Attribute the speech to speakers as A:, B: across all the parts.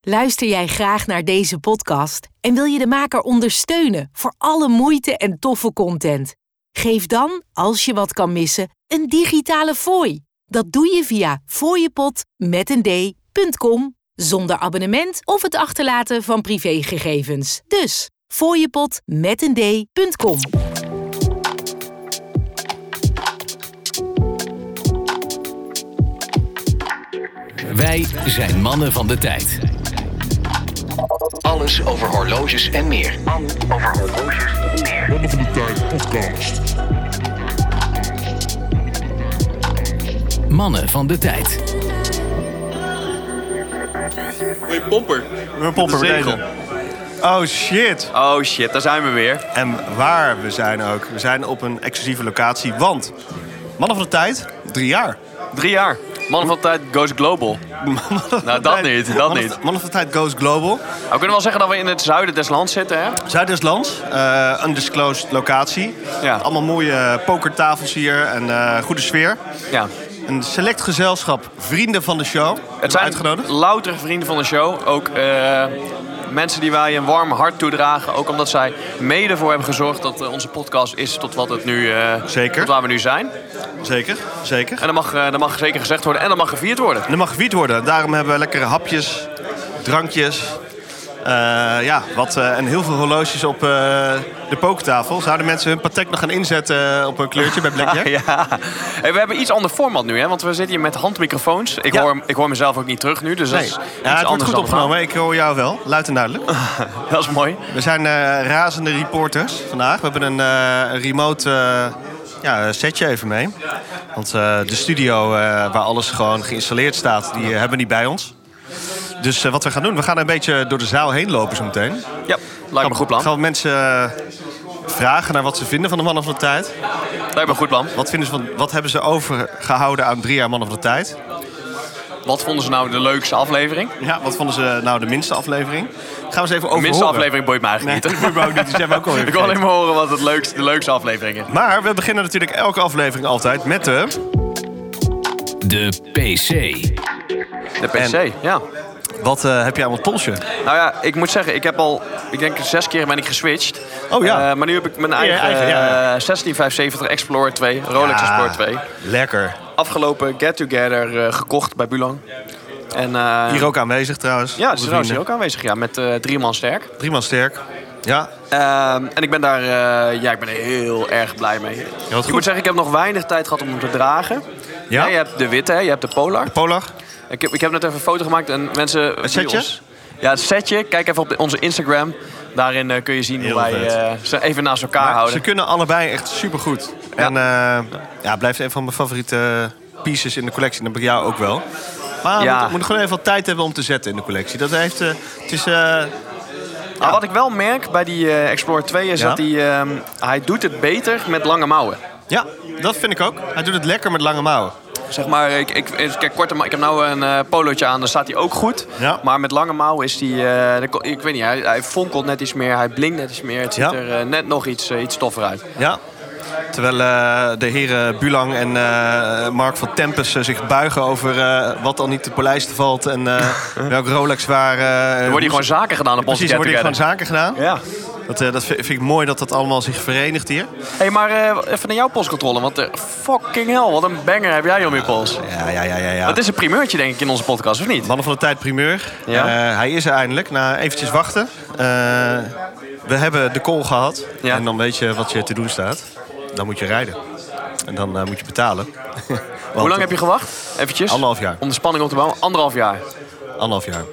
A: Luister jij graag naar deze podcast en wil je de maker ondersteunen voor alle moeite en toffe content? Geef dan, als je wat kan missen, een digitale fooi. Dat doe je via fooiepot.com zonder abonnement of het achterlaten van privégegevens. Dus fooiepot.com.
B: Wij zijn mannen van de tijd. Alles over horloges en meer. Over horloges en meer.
C: Mannen van de Tijd podcast.
B: Mannen van de tijd.
D: Hoi, pomper.
E: Mijn pomper
D: De zegel.
E: beneden. Oh shit.
D: Oh shit, daar zijn we weer.
E: En waar we zijn ook. We zijn op een exclusieve locatie, want... Mannen van de tijd, drie jaar.
D: Drie jaar. Mannen van de tijd goes global.
E: Mannen van
D: Nou,
E: de
D: dat
E: tijd-
D: niet, dat
E: Mannen van-
D: niet.
E: Mannen van de tijd goes global.
D: We kunnen wel zeggen dat we in het zuiden des lands zitten, hè?
E: Zuidersland, eh undisclosed locatie.
D: Ja.
E: Allemaal mooie pokertafels hier en eh, goede sfeer.
D: Ja.
E: Een select gezelschap, vrienden van de show.
D: Het
E: hebben we
D: zijn
E: uitgenodigd.
D: louter vrienden van de show. Ook eh, mensen die wij een warm hart toedragen. Ook omdat zij mede voor hebben gezorgd dat eh, onze podcast is tot wat het nu... eh,
E: Zeker.
D: Tot waar we nu zijn.
E: Zeker, zeker.
D: En dat mag, eh, dat mag zeker gezegd worden en dat mag gevierd worden.
E: En er mag gewiet worden. Daarom hebben we lekkere hapjes, drankjes. eh, ja, wat, eh, en heel veel horloges op eh, de pokertafel. Zouden mensen hun Patek nog gaan inzetten eh, op een kleurtje bij Blackjack?
D: Ja. Hey, we hebben iets ander format nu, hè? Want we zitten hier met handmicrofoons. Ik,
E: Ja.
D: hoor, ik hoor mezelf ook niet terug nu, dus dat
E: Nee.
D: is iets
E: Ja, het wordt
D: anders
E: goed
D: dan normaal.
E: opgenomen. Ik hoor jou wel, luid en duidelijk.
D: Dat is mooi.
E: We zijn eh, razende reporters vandaag. We hebben een eh, een remote eh, ja, setje even mee. Want eh, de studio eh, waar alles gewoon geïnstalleerd staat, die eh, hebben we niet bij ons. Dus eh, wat we gaan doen, we gaan een beetje door de zaal heen lopen zo meteen.
D: Ja, lijkt me een goed plan.
E: Gaan we mensen eh, vragen naar wat ze vinden van de Mannen van de Tijd?
D: Lijkt me een goed plan.
E: Wat, vinden ze van, wat hebben ze overgehouden aan drie jaar Mannen van de Tijd?
D: Wat vonden ze nou de leukste aflevering?
E: Ja, wat vonden ze nou de minste aflevering? Gaan we eens even
D: De
E: over
D: minste
E: horen.
D: aflevering boeit me eigenlijk
E: Nee,
D: niet.
E: boeit me ook niet. Die zijn we ook alweer
D: Ik wil alleen
E: vergeten.
D: maar horen wat het leukste, de leukste aflevering is.
E: Maar we beginnen natuurlijk elke aflevering altijd met de...
B: De PC.
D: De PC, ja.
E: Wat eh, heb je aan mijn polsje?
D: Nou ja, ik moet zeggen, ik heb al, ik denk zes keer ben ik geswitcht.
E: Oh ja.
D: Eh, maar nu heb ik mijn eigen,
E: eigen, ja, ja.
D: eh, 16570 Explorer 2, Rolex
E: Ja,
D: Explorer 2.
E: Ah, Lekker.
D: Afgelopen Get Together eh, gekocht bij Bulang. En, eh,
E: Hier ook aanwezig trouwens.
D: Ja,
E: Onze
D: ze is trouwens hier ook
E: vrienden.
D: aanwezig, ja, met eh, drie man sterk.
E: Prima sterk. Ja,
D: Ehm, en ik ben daar eh, ja, ik ben er heel erg blij mee. ik
E: goed.
D: moet zeggen, ik heb nog weinig tijd gehad om hem te dragen.
E: Ja?
D: Ja? je hebt de witte, hè, je hebt de Polar.
E: Polar.
D: Ik heb, ik heb net even een foto gemaakt en mensen... die
E: setje?
D: ons- ja, het setje. Kijk even op de- onze Instagram. Daarin eh, kun je zien
E: Heel
D: hoe wij
E: vet.
D: eh, ze even naast elkaar
E: Ze
D: houden.
E: kunnen allebei echt supergoed. En eh ja, blijft een van mijn favoriete eh, pieces in de collectie. En Dat heb ik jou ook wel. Maar
D: Ja.
E: we moet, moet gewoon even wat tijd hebben om te zetten in de collectie. Dat heeft, eh, het is, eh,
D: Maar wat ik wel merk bij die eh Explorer 2 is
E: Ja?
D: dat die, ehm, hij doet het beter met lange mouwen.
E: ja, dat vind ik ook. Hij doet het lekker met lange mouwen.
D: Zeg maar, ik, ik, kijk, korte, ma- ik heb nou een eh polootje aan, daar staat hij ook goed.
E: Ja.
D: Maar met lange mouw is die, eh, de ko- ik weet niet, hij, hij fonkelt net iets meer, hij blinkt net iets meer. Het ziet
E: Ja.
D: er eh, net nog iets, eh, iets toffer uit.
E: Ja. Terwijl eh, de heren Bulang en eh, Mark van Tempus eh, zich buigen over eh, wat al niet te polijsten valt. En eh, welk Rolex waar... eh,
D: Er worden hier gewoon zaken gedaan op onze
E: Precies, er worden hier
D: Get
E: gewoon
D: Together.
E: zaken gedaan.
D: Ja.
E: Dat, eh, dat vind vind ik mooi dat dat allemaal zich verenigt hier.
D: hey, maar eh, even naar jouw postcontrole, want eh, fucking hell, wat een banger heb jij om je pols.
E: Ja, ja, ja, ja. ja.
D: Dat is een primeurtje denk ik in onze podcast, of niet?
E: Mannen van de tijd primeur.
D: Ja.
E: Eh, hij is er eindelijk. Na eventjes wachten. Eh, we hebben de call gehad.
D: Ja.
E: En dan weet je wat je te doen staat. Dan moet je rijden. En dan eh, moet je betalen.
D: Hoe lang heb je gewacht? Eventjes.
E: Anderhalf jaar.
D: Om de spanning op te bouwen. Anderhalf jaar.
E: Anderhalf jaar.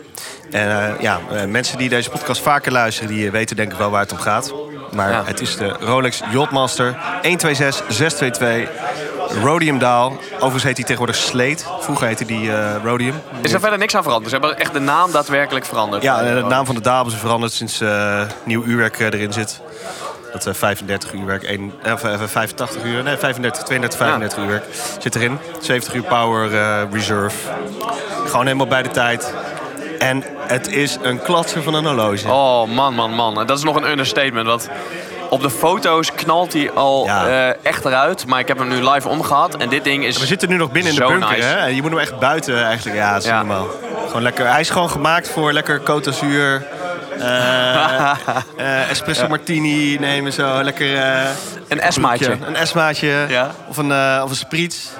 E: En eh, ja, eh, mensen die deze podcast vaker luisteren... die eh, weten denk ik wel waar het om gaat. Maar
D: Ja.
E: het is de Rolex Yachtmaster 126622 Rhodium Daal. Overigens heet die tegenwoordig Slate. Vroeger heette die eh, Rhodium.
D: Is er verder niks aan veranderd? Ze hebben echt de naam daadwerkelijk veranderd.
E: Ja, eh, de naam van de Dabels is veranderd sinds eh, nieuw uurwerk eh, erin zit. Dat eh, 35 uurwerk, één- eh, of, eh, 85 uur, nee 35, 32, 35 uurwerk zit erin. 70 uur power eh, reserve. Gewoon helemaal bij de tijd. En het is een klatser van een horloge.
D: Oh, man, man, man. Dat is nog een understatement. Want op de foto's knalt hij al
E: Ja.
D: eh, echt eruit. Maar ik heb hem nu live omgehad. En dit ding is
E: We zitten nu nog binnen in de
D: zo
E: bunker,
D: nice.
E: hè? Je moet hem echt buiten eh, eigenlijk. Ja, dat is
D: Ja.
E: niet normaal. Gewoon Gewoon lekker. Hij is gewoon gemaakt voor lekker Côte d'Azur. eh, eh, espresso martini nemen zo. Lekker. eh,
D: Een esmaatje.
E: Een esmaatje.
D: Ja.
E: Of een, eh of een spriet.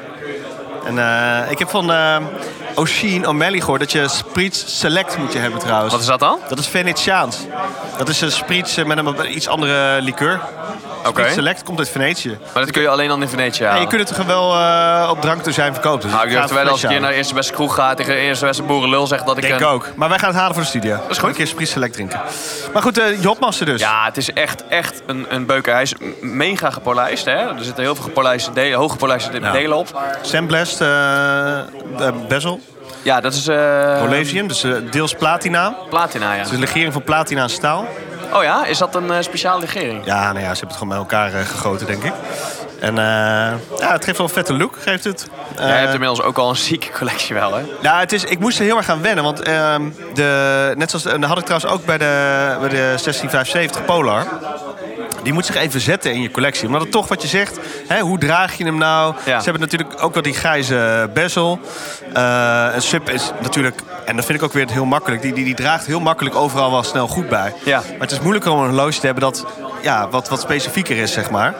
E: En eh, ik heb van eh O'Sheen O'Malley gehoord dat je spriet select moet je hebben trouwens.
D: Wat is dat dan?
E: Dat is Venetiaans. Dat is een spriet eh, met een be- iets andere liqueur.
D: Oké. Ah.
E: Spriet select komt uit Venetië.
D: Maar dat kun je alleen dan in Venetië
E: En
D: halen.
E: je kunt het toch wel eh, op drank zijn verkopen. Dus
D: Nou, ik
E: ga
D: durf
E: even
D: wel als ik hier
E: flesje
D: naar
E: halen.
D: de eerste beste kroeg ga tegen de eerste beste boerenlul zeg dat ik
E: Denk
D: een...
E: ook. Maar wij gaan het halen voor de studio. Dat
D: is goed.
E: Een keer spriet select drinken. Maar goed, eh Jopmassen dus.
D: Ja, het is echt, echt een, een beuker. Hij is m- mega gepolijst. Hè? Er zitten heel veel gepolijste delen, hoge gepolijste de-
E: Ja.
D: delen op.
E: Sandblast, eh, eh, bezel,
D: Ja, dat is eh,
E: Rolesium, dus eh, deels platina.
D: platina. Ja.
E: Dus een legering van platina en staal.
D: Oh ja, is dat een eh, speciale legering?
E: Ja, nou ja, ze hebben het gewoon bij elkaar eh, gegoten, denk ik. En eh, ja, het geeft wel een vette look, geeft het. Eh,
D: Jij hebt inmiddels ook al een zieke collectie wel, hè?
E: Nou, het is, ik moest er heel erg aan wennen. Want ehm, de, net zoals, en dat had ik trouwens ook bij de, bij de 16570 Polar. Die moet zich even zetten in je collectie. Omdat het toch wat je zegt, hè, hoe draag je hem nou?
D: Ja.
E: Ze hebben natuurlijk ook wel die grijze bezel. Eh en Sub is natuurlijk, en dat vind ik ook weer heel makkelijk. Die, die, die draagt heel makkelijk overal wel snel goed bij.
D: Ja.
E: Maar het is moeilijker om een horloge te hebben dat ja, wat, wat specifieker is, zeg maar.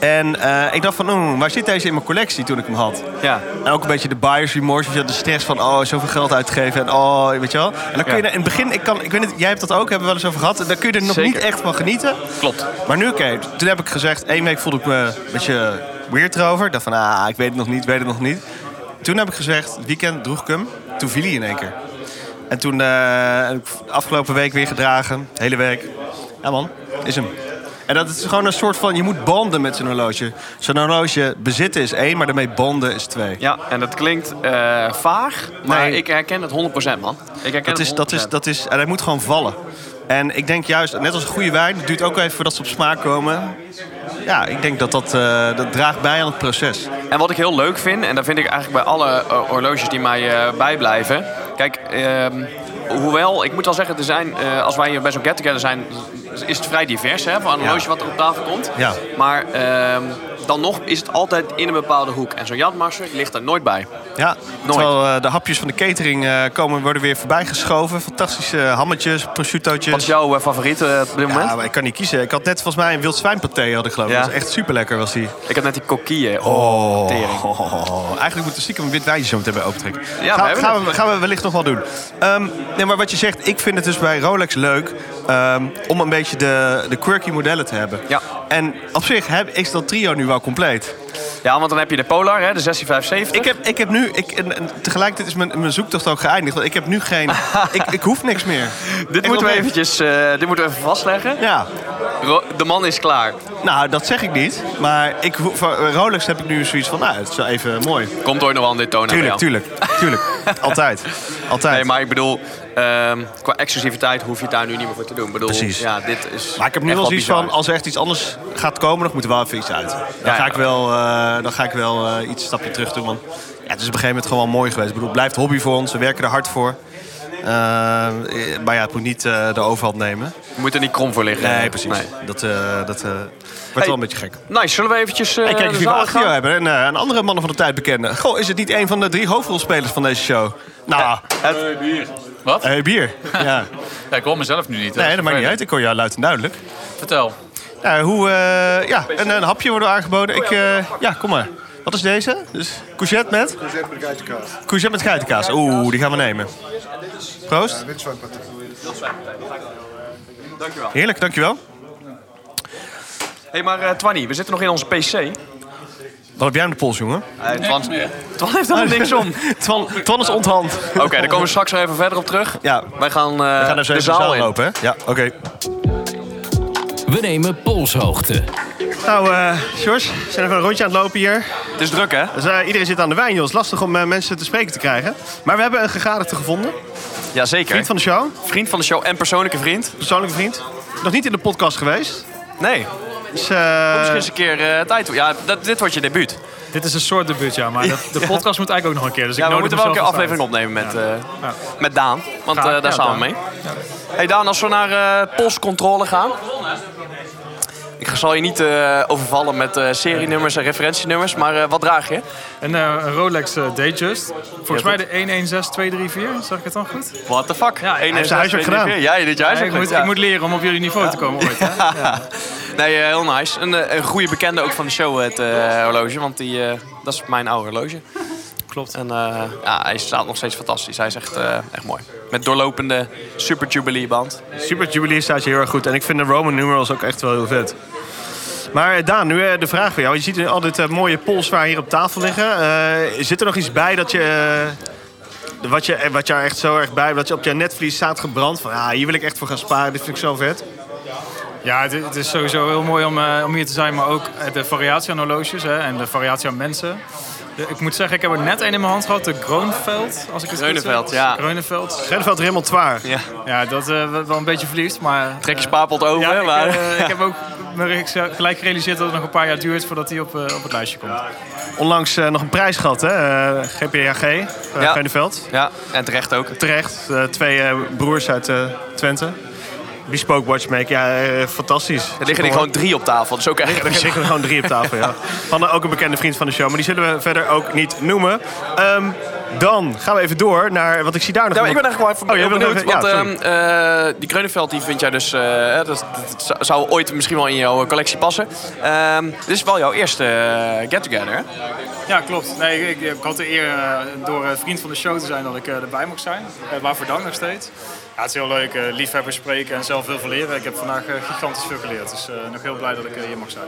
E: En eh, ik dacht van, oeh, waar zit deze in mijn collectie toen ik hem had?
D: Ja.
E: En ook een beetje de buyer's remorse. weet je wel, De stress van, oh, zoveel geld uitgeven. En oh, weet je wel. En dan kun je
D: Ja.
E: er- in het begin, ik, kan, ik weet niet, jij hebt dat ook, hebben we wel eens over gehad. Daar kun je er nog
D: Zeker.
E: niet echt van genieten.
D: Klopt.
E: Maar nu, oké, toen heb ik gezegd, één week voelde ik me een beetje weird erover. Ik dacht van, ah, ik weet het nog niet, ik weet het nog niet. Toen heb ik gezegd, het weekend droeg ik hem. Toen viel hij in één keer. En toen eh, heb ik afgelopen week weer gedragen, hele week. Ja man, is hem. En dat is gewoon een soort van, je moet banden met zo'n horloge. Zo'n horloge bezitten is één, maar daarmee banden is twee.
D: Ja, en dat klinkt eh, vaag, maar
E: Nee.
D: ik herken het 100% man. Ik herken
E: Dat
D: het
E: is, dat is,
D: 100%.
E: dat is, en hij moet gewoon vallen. En ik denk juist, net als een goede wijn, het duurt ook even voordat ze op smaak komen. Ja, ik denk dat dat, eh, dat draagt bij aan het proces.
D: En wat ik heel leuk vind, en dat vind ik eigenlijk bij alle eh, horloges die mij eh, bijblijven. Kijk, ehm, hoewel, ik moet wel zeggen, er zijn, eh, als wij hier bij zo'n get-together zijn, is het vrij divers hè, van een
E: Ja.
D: horloge wat er op tafel komt.
E: Ja.
D: Maar ehm, dan nog is het altijd in een bepaalde hoek. En zo'n Jadmarser ligt er nooit bij.
E: Ja,
D: Nooit.
E: terwijl eh, de hapjes van de catering eh, komen, worden weer voorbij geschoven. Fantastische hammetjes, prosciuttootjes.
D: Wat is jouw eh, favoriet eh, op dit moment?
E: ja, maar ik kan niet kiezen. Ik had net volgens mij een wild zwijnpaté, had ik geloof ik.
D: Ja.
E: Dat was echt super lekker, was die.
D: Ik had net die coquille. Oh, tering.
E: Oh, eigenlijk moeten we stiekem een wit wijntje zo meteen bij opentrekken.
D: we
E: Ga-
D: hebben
E: gaan, we, gaan we wellicht nog wel doen. Ehm, nee, maar wat je zegt, ik vind het dus bij Rolex leuk ehm, om een beetje de, de quirky modellen te hebben.
D: Ja.
E: En op zich heb, is dat trio nu wel compleet.
D: Ja, want dan heb je de Polar, hè, de 16570.
E: Ik heb, ik heb nu, ik, en, en tegelijkertijd is mijn, mijn zoektocht ook geëindigd. Want ik heb nu geen, ik, ik hoef niks meer.
D: dit,
E: Ik
D: moeten we
E: wil-
D: eventjes, eh, dit moeten we even vastleggen.
E: Ja,
D: Ro- De man is klaar.
E: nou dat zeg ik niet. Maar ik, hoef- voor Rolex heb ik nu zoiets van, nou het is wel even mooi.
D: Komt ooit nog wel een dit toon
E: Tuurlijk, tuurlijk, tuurlijk. Altijd, altijd.
D: Nee, maar ik bedoel, ehm, qua exclusiviteit hoef je het daar nu niet meer voor te doen. Ik bedoel,
E: Precies.
D: Ja, dit is
E: Maar ik heb nu
D: echt
E: wel
D: wat
E: zoiets
D: bizar.
E: van, als er echt iets anders gaat komen, dan moet er wel even iets uit. Dan
D: Ja,
E: ga
D: ja.
E: ik wel, eh, dan ga ik wel eh, iets een stapje terug doen. Want ja, het is op een gegeven moment gewoon wel mooi geweest. Ik bedoel, het blijft hobby voor ons, we werken er hard voor. Eh, maar ja, het moet niet eh, de overhand nemen.
D: Je moet er niet krom voor liggen.
E: Nee, precies.
D: Nee.
E: Dat, eh, dat eh, wordt wel een beetje gek.
D: Nice, zullen we eventjes eh
E: Hey, kijk
D: de
E: eens wie we
D: zaal
E: achter jou
D: gaan?
E: hebben. En, eh, een andere mannen van de tijd bekende. Goh, is het niet een van de drie hoofdrolspelers van deze show? Nou,
F: Wat?
E: hey, bier. Ja.
F: Ja, ik hoor mezelf nu niet. hè.
E: Nee, dat maakt niet uit. Ik hoor jou luid en duidelijk.
F: Vertel.
E: Nou, hoe, eh, ja, een, een hapje wordt aangeboden. Ik, eh, ja, kom maar. Wat is deze? Dus courgette met? Courgette met geitenkaas. Oeh, die gaan we nemen. Proost.
D: Dankjewel.
E: Heerlijk, dankjewel.
D: hey, maar eh Twanny, we zitten nog in onze PC. Eh
E: Wat heb jij aan de pols, jongen?
D: Twan, Twan heeft helemaal niks om. Oké,
E: Twan, Twan is onthand. Oké,
D: daar komen we straks nog even verder op terug.
E: Ja.
D: Wij gaan, eh,
E: We gaan er zo
D: de
E: even
D: zaal in.
E: lopen, hè? Ja, oké.
G: We nemen polshoogte.
E: Nou, eh George, we zijn even een rondje aan het lopen hier.
D: Het is druk, hè?
E: Dus, eh, iedereen zit aan de wijn, joh. Het is lastig om eh, mensen te spreken te krijgen. Maar we hebben een gegadigde gevonden.
D: Jazeker.
E: Vriend van de show,
D: Vriend van de show en persoonlijke vriend.
E: persoonlijke vriend. Nog niet in de podcast geweest.
D: Nee,
E: Dus, eh,
D: misschien eens een keer eh, tijd. toe. Ja, dat, dit wordt je debuut.
H: Dit is een soort debuut, ja. Maar dat- de podcast moet eigenlijk ook nog een keer. Dus
D: Ja,
H: ik
D: we
H: nodig
D: moeten wel een keer
H: mezelf
D: aflevering
H: eens
D: opnemen
H: uit.
D: met,
H: Ja.
D: eh,
H: Ja.
D: met Daan. Want
H: Graag.
D: eh, daar
H: Ja,
D: staan we
H: Daan.
D: mee. Hey Daan, als we naar eh postcontrole gaan. Ik zal je niet eh, overvallen met eh, serienummers en referentienummers, maar eh, wat draag je?
H: En eh, een Rolex eh, Datejust. Volgens
D: Ja,
H: mij de 116234, zeg ik het dan goed?
D: What the fuck? Ja,
H: hij
D: heeft
E: zijn huiswerk gedaan.
D: Jij dit jaar
H: Ja, ik, moet, ik moet leren om op jullie niveau te komen ooit. Hè?
D: Nee, eh, heel nice. Een, eh, een goede bekende ook van de show, het eh, horloge. Want die, eh, dat is mijn oude horloge. Klopt. En eh, ja, hij staat nog steeds fantastisch. Hij is echt, eh, echt mooi. Met doorlopende Super Jubilee band.
E: Super Jubilee staat je heel erg goed. En ik vind de Roman numerals ook echt wel heel vet. Maar eh, Daan, nu eh, de vraag voor jou. Je ziet al dit eh, mooie polswaar hier op tafel liggen. Eh, zit er nog iets bij dat je... eh, wat, je, eh, wat jou echt zo erg bij... Wat je op je netvlies staat gebrand. Van, ah, hier wil ik echt voor gaan sparen. Dit vind ik zo vet.
H: Ja, het, het is sowieso heel mooi om, eh, om hier te zijn, maar ook eh, de variatie aan horloges hè, en de variatie aan mensen. De- ik moet zeggen, ik heb er net één in mijn hand gehad, de Groeneveld, als ik het
D: Groeneveld,
H: goed zeg.
D: ja.
H: Groeneveld.
E: Grenveld Remmeltoir.
D: Ja.
H: Ja, dat eh, wel een beetje verliefd, maar...
D: Trek je spaarpot over.
H: Ja, ik,
D: maar,
H: eh, ik heb ook me re- gelijk gerealiseerd dat het nog een paar jaar duurt voordat hij op, eh, op het lijstje komt.
E: Onlangs eh, nog een prijs gehad, hè? Eh, GPHG, eh
D: Ja.
E: Groeneveld.
D: ja, en terecht ook.
E: Terecht, eh, twee eh, broers uit eh, Twente. Bespoke Watchmaker, ja, eh, fantastisch.
D: Er liggen er gewoon drie op tafel. Dat is ook
E: Er
D: echt...
E: zitten gewoon drie op tafel, ja. Van eh, ook een bekende vriend van de show, maar die zullen we verder ook niet noemen. Ehm, dan gaan we even door naar, want ik zie daar nog...
D: Ja, maar ik
E: iemand-
D: ben eigenlijk wel
E: Oh, jij
D: even benieuwd.
E: bent even- ja,
D: Want
E: sorry.
D: ehm, eh, die Kreunenveld die vind jij dus... eh, hè, dat, dat zou- zou ooit misschien wel in jouw collectie passen. Ehm, dit is wel jouw eerste eh, get-together, hè?
H: Ja, klopt. Nee, ik, ik- ik had de eer eh, door eh, vriend van de show te zijn dat ik eh, erbij mocht zijn. Eh, waarvoor dank nog steeds. Ja, het is heel leuk. eh, liefhebbers spreken en zelf heel veel leren. Ik heb vandaag eh, gigantisch veel geleerd. Dus eh, nog heel blij dat ik eh, hier mag zijn.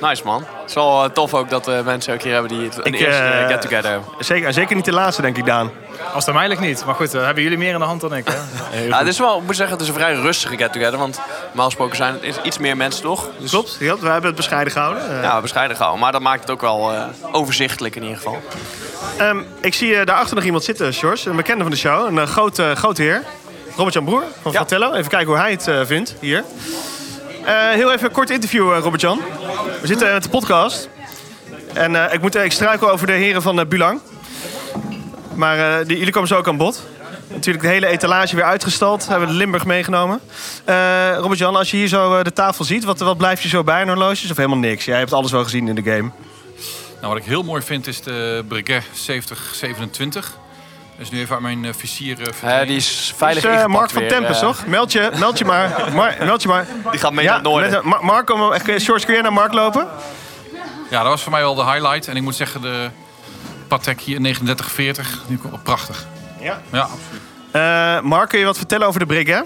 D: Nice man. Het is wel eh, tof ook dat eh, mensen ook hier hebben die het een
E: Ik,
D: eerste
E: eh,
D: get-together hebben.
E: Zeker, en zeker niet de laatste, denk ik, Daan.
H: Als het aan mij ligt niet. Maar goed, hebben jullie meer in de hand dan ik.
D: Ja, dit is wel, ik moet zeggen, het is een vrij rustige get-together. Want normaal gesproken zijn het is iets meer mensen, toch? Dus,
E: Klopt, ja, we hebben het bescheiden gehouden. Eh,
D: Ja, bescheiden gehouden. Maar dat maakt het ook wel eh, overzichtelijk in ieder geval.
E: Ehm, ik zie eh, daarachter nog iemand zitten, George. Een bekende van de show. Een eh, groot, eh, groot heer. Robert-Jan Broer van
D: Ja.
E: Fratello. Even kijken hoe hij het eh, vindt hier. Eh, heel even een kort interview, eh, Robert-Jan. We zitten met de podcast. En eh, ik, moet, eh, ik struikel over de heren van eh, Bulang. Maar eh, die, jullie komen zo ook aan bod. Natuurlijk de hele etalage weer uitgestald. Hebben we de Limburg meegenomen. Eh, Robert-Jan, als je hier zo eh, de tafel ziet... Wat, wat blijft je zo bij aan horloges? Of helemaal niks? Jij hebt alles wel gezien in de game.
F: Nou, wat ik heel mooi vind is de Breguet 7027. Dus nu even aan mijn eh, visier eh,
D: Eh,
F: verdwenen.
D: die is veilig
E: Dus, eh,
D: ingepakt
E: Mark van
D: weer,
E: Tempest,
D: eh.
E: toch? Meld je, meld je maar. Mar- meld je maar.
D: Die gaat mee naar het noorden.
E: met- Ma- Mark, kom, eh, George, kun jij naar Mark lopen?
F: Ja, dat was voor mij wel de highlight. En ik moet zeggen, de Patek hier 3940, die kwam wel prachtig.
E: Ja.
F: Ja, absoluut.
E: Eh, Mark, kun je wat vertellen over de brik, hè?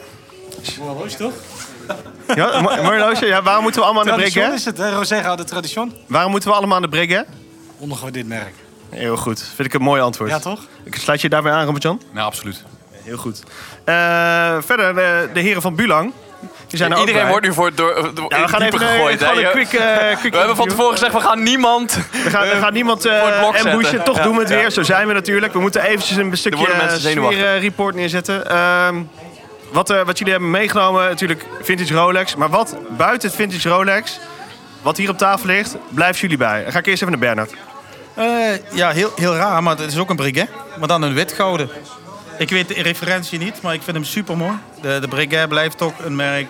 I: Horloge toch?
E: Ja, mo- mooi horloge. Ja, waarom moeten we allemaal aan de brik, hè?
I: is het, hè? Rosé houdt de tradition.
E: Waarom moeten we allemaal aan de brik, hè?
I: Ondergewaardeerd merk.
E: Heel goed. Vind ik een mooi antwoord.
I: Ja, toch?
E: Ik sluit je daarbij aan, Robert-Jan.
F: Nou, absoluut.
E: Heel goed. Eh, verder, de, de heren van Bulang. Die zijn er ook
D: Iedereen
E: bij.
D: wordt nu voor het door, door-
E: Ja,
D: in
E: we gaan
D: het diepe
E: even eh,
D: gegooid. hè.
E: gewoon een
D: Je-
E: quick, eh quick
D: we hebben van
E: interview.
D: tevoren gezegd, we gaan niemand. Er
E: Er gaat, er gaat niemand eh
D: voor het blok
E: ambushen.
D: zetten.
E: Toch
D: Ja,
E: doen we het
D: ja.
E: weer. Zo zijn we natuurlijk. We moeten eventjes een stukje eh,
D: worden mensen zenuwachtig.
E: sfeerreport neerzetten. Ehm, wat, eh, wat jullie hebben meegenomen, natuurlijk vintage Rolex. Maar wat buiten het vintage Rolex, wat hier op tafel ligt, blijven jullie bij. Dan ga ik eerst even naar Bernard.
I: Eh, ja, heel, heel raar, maar het is ook een Breguet. Maar dan een wit gouden. Ik weet de referentie niet, maar ik vind hem super mooi. De, de Breguet blijft toch een merk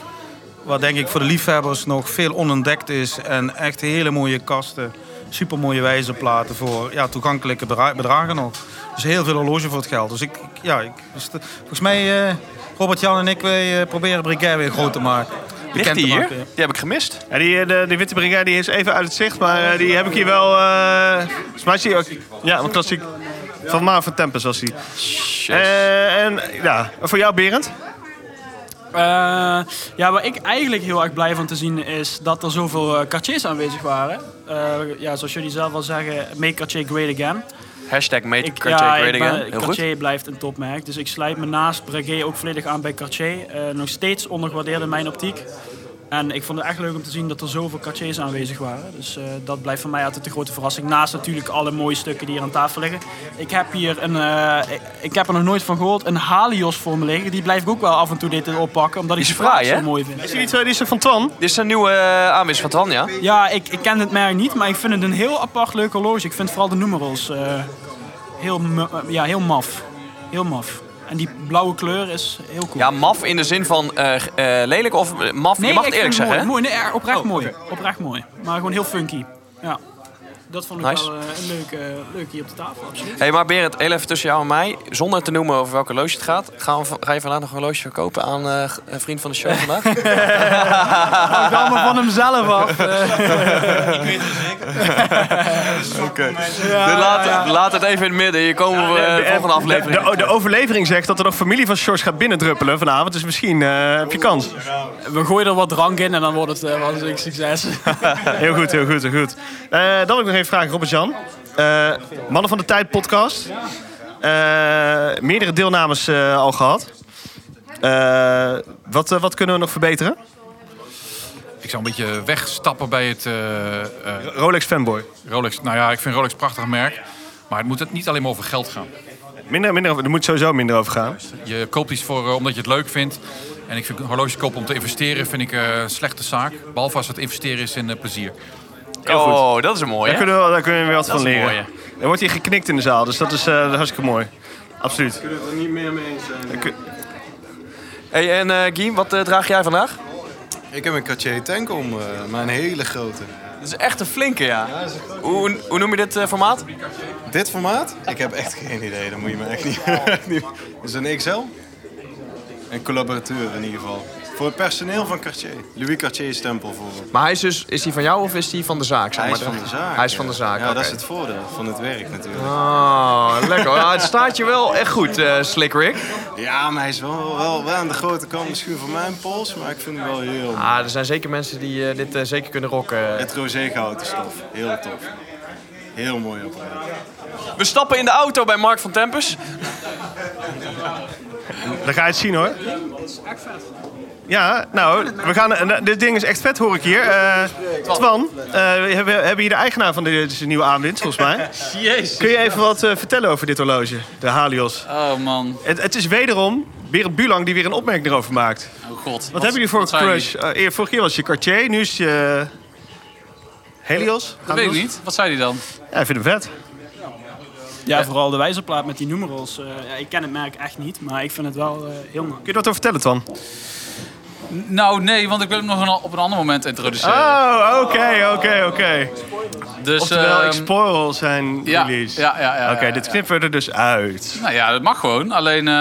I: wat denk ik voor de liefhebbers nog veel onontdekt is. En echt hele mooie kasten, super mooie wijzerplaten voor ja, toegankelijke bedra- bedragen nog. Dus heel veel horloge voor het geld. Dus ik, ik- ja, ik, dus de- volgens mij, eh, Robert, Jan en ik, wij eh, proberen Breguet weer groot te maken. Bekend
D: die
I: te
D: hier?
I: maken.
D: Die heb ik gemist.
E: Ja, die, eh, de, die witte bringer die is even uit het zicht, maar eh, die heb ik hier wel... eh, volgens mij is die ook... Ja, een klassiek. Van Maan van Tempest was die. Eh, en ja, voor jou Berend?
J: Eh, ja, waar ik eigenlijk heel erg blij van te zien is dat er zoveel eh, Cartiers aanwezig waren. Eh, ja, zoals jullie zelf al zeggen, make Cartier great again.
D: Hashtag made
J: Ik-
D: Cartier
J: ja,
D: great
J: ik ben-
D: again.
H: eh,
D: Heel goed.
J: Cartier blijft een topmerk, dus ik sluit me naast Breguet ook volledig aan bij Cartier. Eh, nog steeds ondergewaardeerd in mijn optiek. En ik vond het echt leuk om te zien dat er zoveel Cartiers aanwezig waren. Dus eh, dat blijft voor mij altijd de grote verrassing. Naast natuurlijk alle mooie stukken die hier aan tafel liggen. Ik heb hier een, eh, ik, ik heb er nog nooit van gehoord, een Halios voor me liggen. Die blijf ik ook wel af en toe dit oppakken, omdat ik
D: Die is
J: die vraag
D: fraai, hè?
J: zo mooi vind.
E: Is die niet, eh, die is er van Twan?
D: Dit is een nieuwe eh, aanwinst van Tanja.
J: Ja, ik, ik ken het merk niet, maar ik vind het een heel apart leuk eh, horloge. Ik vind vooral de numerals eh, heel, mu- ja, heel maf. Heel maf. En die blauwe kleur is heel cool.
D: Ja, maf in de zin van eh, g- eh, lelijk of maf?
J: Nee,
D: je mag
J: ik
D: het eerlijk
J: vind
D: zeggen, Oh, hè?
J: mooi, mooi, nee, oprecht mooi. Oprecht mooi. Maar gewoon heel funky. Ja. Dat vond ik
D: Nice.
J: wel eh, leuk, eh, leuk hier op de tafel, absoluut.
D: Hé, hey, maar Berend, heel even tussen jou en mij. Zonder te noemen over welke loge het gaat. Gaan we, van- ga je vandaag nog een loge verkopen aan eh, g- een vriend van de show vandaag? Oh, eh,
J: Hangt allemaal van hemzelf af.
D: Ik weet het zeker. Oké. De- Laat, laat het even in het midden. Hier komen we eh, de volgende aflevering.
E: Eh, De, de overlevering zegt dat er nog familie van George gaat binnendruppelen vanavond. Dus misschien eh, heb je kans.
J: We gooien er wat drank in en dan wordt het eh, wel een succes.
E: Heel goed, heel goed, heel goed. Eh, dan wil ik nog even vragen, Robert-Jan. Eh, Mannen van de Tijd podcast. Eh, meerdere deelnames eh, al gehad. Eh, wat, eh, wat kunnen we nog verbeteren?
F: Ik zou een beetje wegstappen bij het... eh, eh,
E: Rolex fanboy.
F: Rolex, nou ja, ik vind Rolex een prachtig merk. Maar het moet het niet alleen maar over geld gaan.
E: Minder, minder, over- er moet sowieso minder over gaan.
F: Je koopt iets voor, eh, omdat je het leuk vindt. En ik vind een horloge kopen om te investeren vind ik eh, een slechte zaak. Behalve als het investeren is in eh, plezier.
D: Oh, dat is een mooie.
E: Daar kunnen we, daar kunnen we weer wat
D: Dat
E: van
D: is een
E: leren.
D: mooie.
E: Er wordt hier geknikt in de zaal, dus dat is eh, hartstikke mooi. Absoluut.
I: kunnen het er niet meer mee eens zijn.
D: Hey, en eh Guy, wat eh, draag jij vandaag?
I: Ik heb een Cartier tank om, eh, maar een hele grote.
D: Dat is echt een flinke, ja. Hoe, hoe noem je dit eh, formaat?
I: Dit formaat? Ik heb echt geen idee, dat moet je me echt niet... echt niet- is een XL? Een collaborateur in ieder geval. Voor het personeel van Cartier. Louis Cartier stempel voor.
D: Maar hij is dus, is hij van jou of is hij van de zaak? zeg
I: Hij
D: maar?
I: is van de zaak.
D: Hij is van
I: ja.
D: de zaak,
I: Ja, dat is
D: oké.
I: het voordeel van het werk natuurlijk.
D: Oh, lekker. hoor. Ja, het staat je wel echt goed, eh Slick Rick.
I: Ja, maar hij is wel, wel, wel aan de grote kant misschien voor mijn pols, maar ik vind hem wel heel...
D: Ah, er zijn zeker mensen die eh, dit eh, zeker kunnen rocken.
I: Het rozeegehouten stof. Heel tof. Heel mooi apparaat.
D: We stappen in de auto bij Mark van Tempus.
E: Dan ga je het zien hoor. Ja, nou, we gaan, eh, nou, dit ding is echt vet, hoor ik hier. Eh, Twan, eh, we hebben, hebben hier de eigenaar van de- deze nieuwe aanwinst, volgens mij.
K: Jezus.
E: Kun je even wat eh, vertellen over dit horloge, de Halios?
K: Oh man.
E: Het, het is wederom weer een Bulang die weer een opmerking erover maakt.
K: Oh god.
E: Wat, hebben jullie voor een
K: zijn
E: crush? Eh, eer- vorige keer was je Cartier, nu is je eh, Helios.
K: Dat weet ik niet. Wat zei hij dan?
E: Ja, ik vind hem vet.
J: Ja, vooral de wijzerplaat met die numerals. eh, ja, ik ken het merk echt niet, maar ik vind het wel eh, heel mooi.
E: Kun je dat over vertellen, Twan?
K: N- Nou nee, want ik wil hem nog een- op een ander moment introduceren.
E: Oh, oké, oké, oké.
K: Dus,
E: Oftewel,
K: ehm,
E: ik spoil zijn
K: ja,
E: release.
K: ja, ja, ja,
E: Oké,
K: ja,
E: dit knippen we er dus uit.
K: Nou ja, dat mag gewoon. Alleen eh,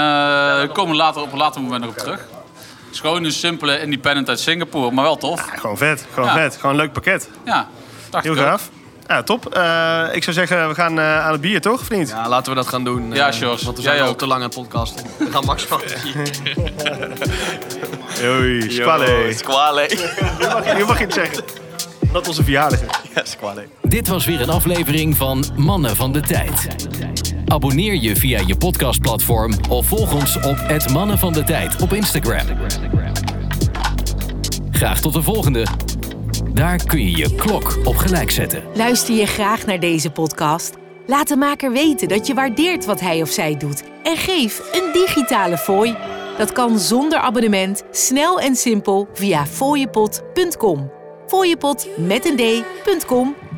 K: we komen later op een later moment nog op terug. Het is gewoon een simpele independent uit Singapore, maar wel tof.
E: Gewoon vet, gewoon
K: Ja.
E: vet. Gewoon een leuk pakket.
K: Ja, dacht
E: Heel
K: ik ook.
E: gaaf. Ja, top. Eh, ik zou zeggen, we gaan eh, aan het bier, toch? Of niet?
D: Ja, laten we dat gaan doen.
K: Ja,
D: eh,
K: Sjors,
D: Want we
K: jij
D: zijn al
K: ook.
D: te lang aan het podcasten. We gaan Max van.
E: Oei, squale. Nu mag, nu mag je het zeggen. Dat onze verjaardag is.
D: Ja, squale.
L: Dit was weer een aflevering van Mannen van de Tijd. Abonneer je via je podcastplatform of volg ons op het Mannen van de Tijd op Instagram. Graag tot de volgende. Daar kun je je klok op gelijk zetten.
A: Luister je graag naar deze podcast? Laat de maker weten dat je waardeert wat hij of zij doet en geef een digitale fooi. Dat kan zonder abonnement, snel en simpel via fooiepot.com. Fooiepot met een d.com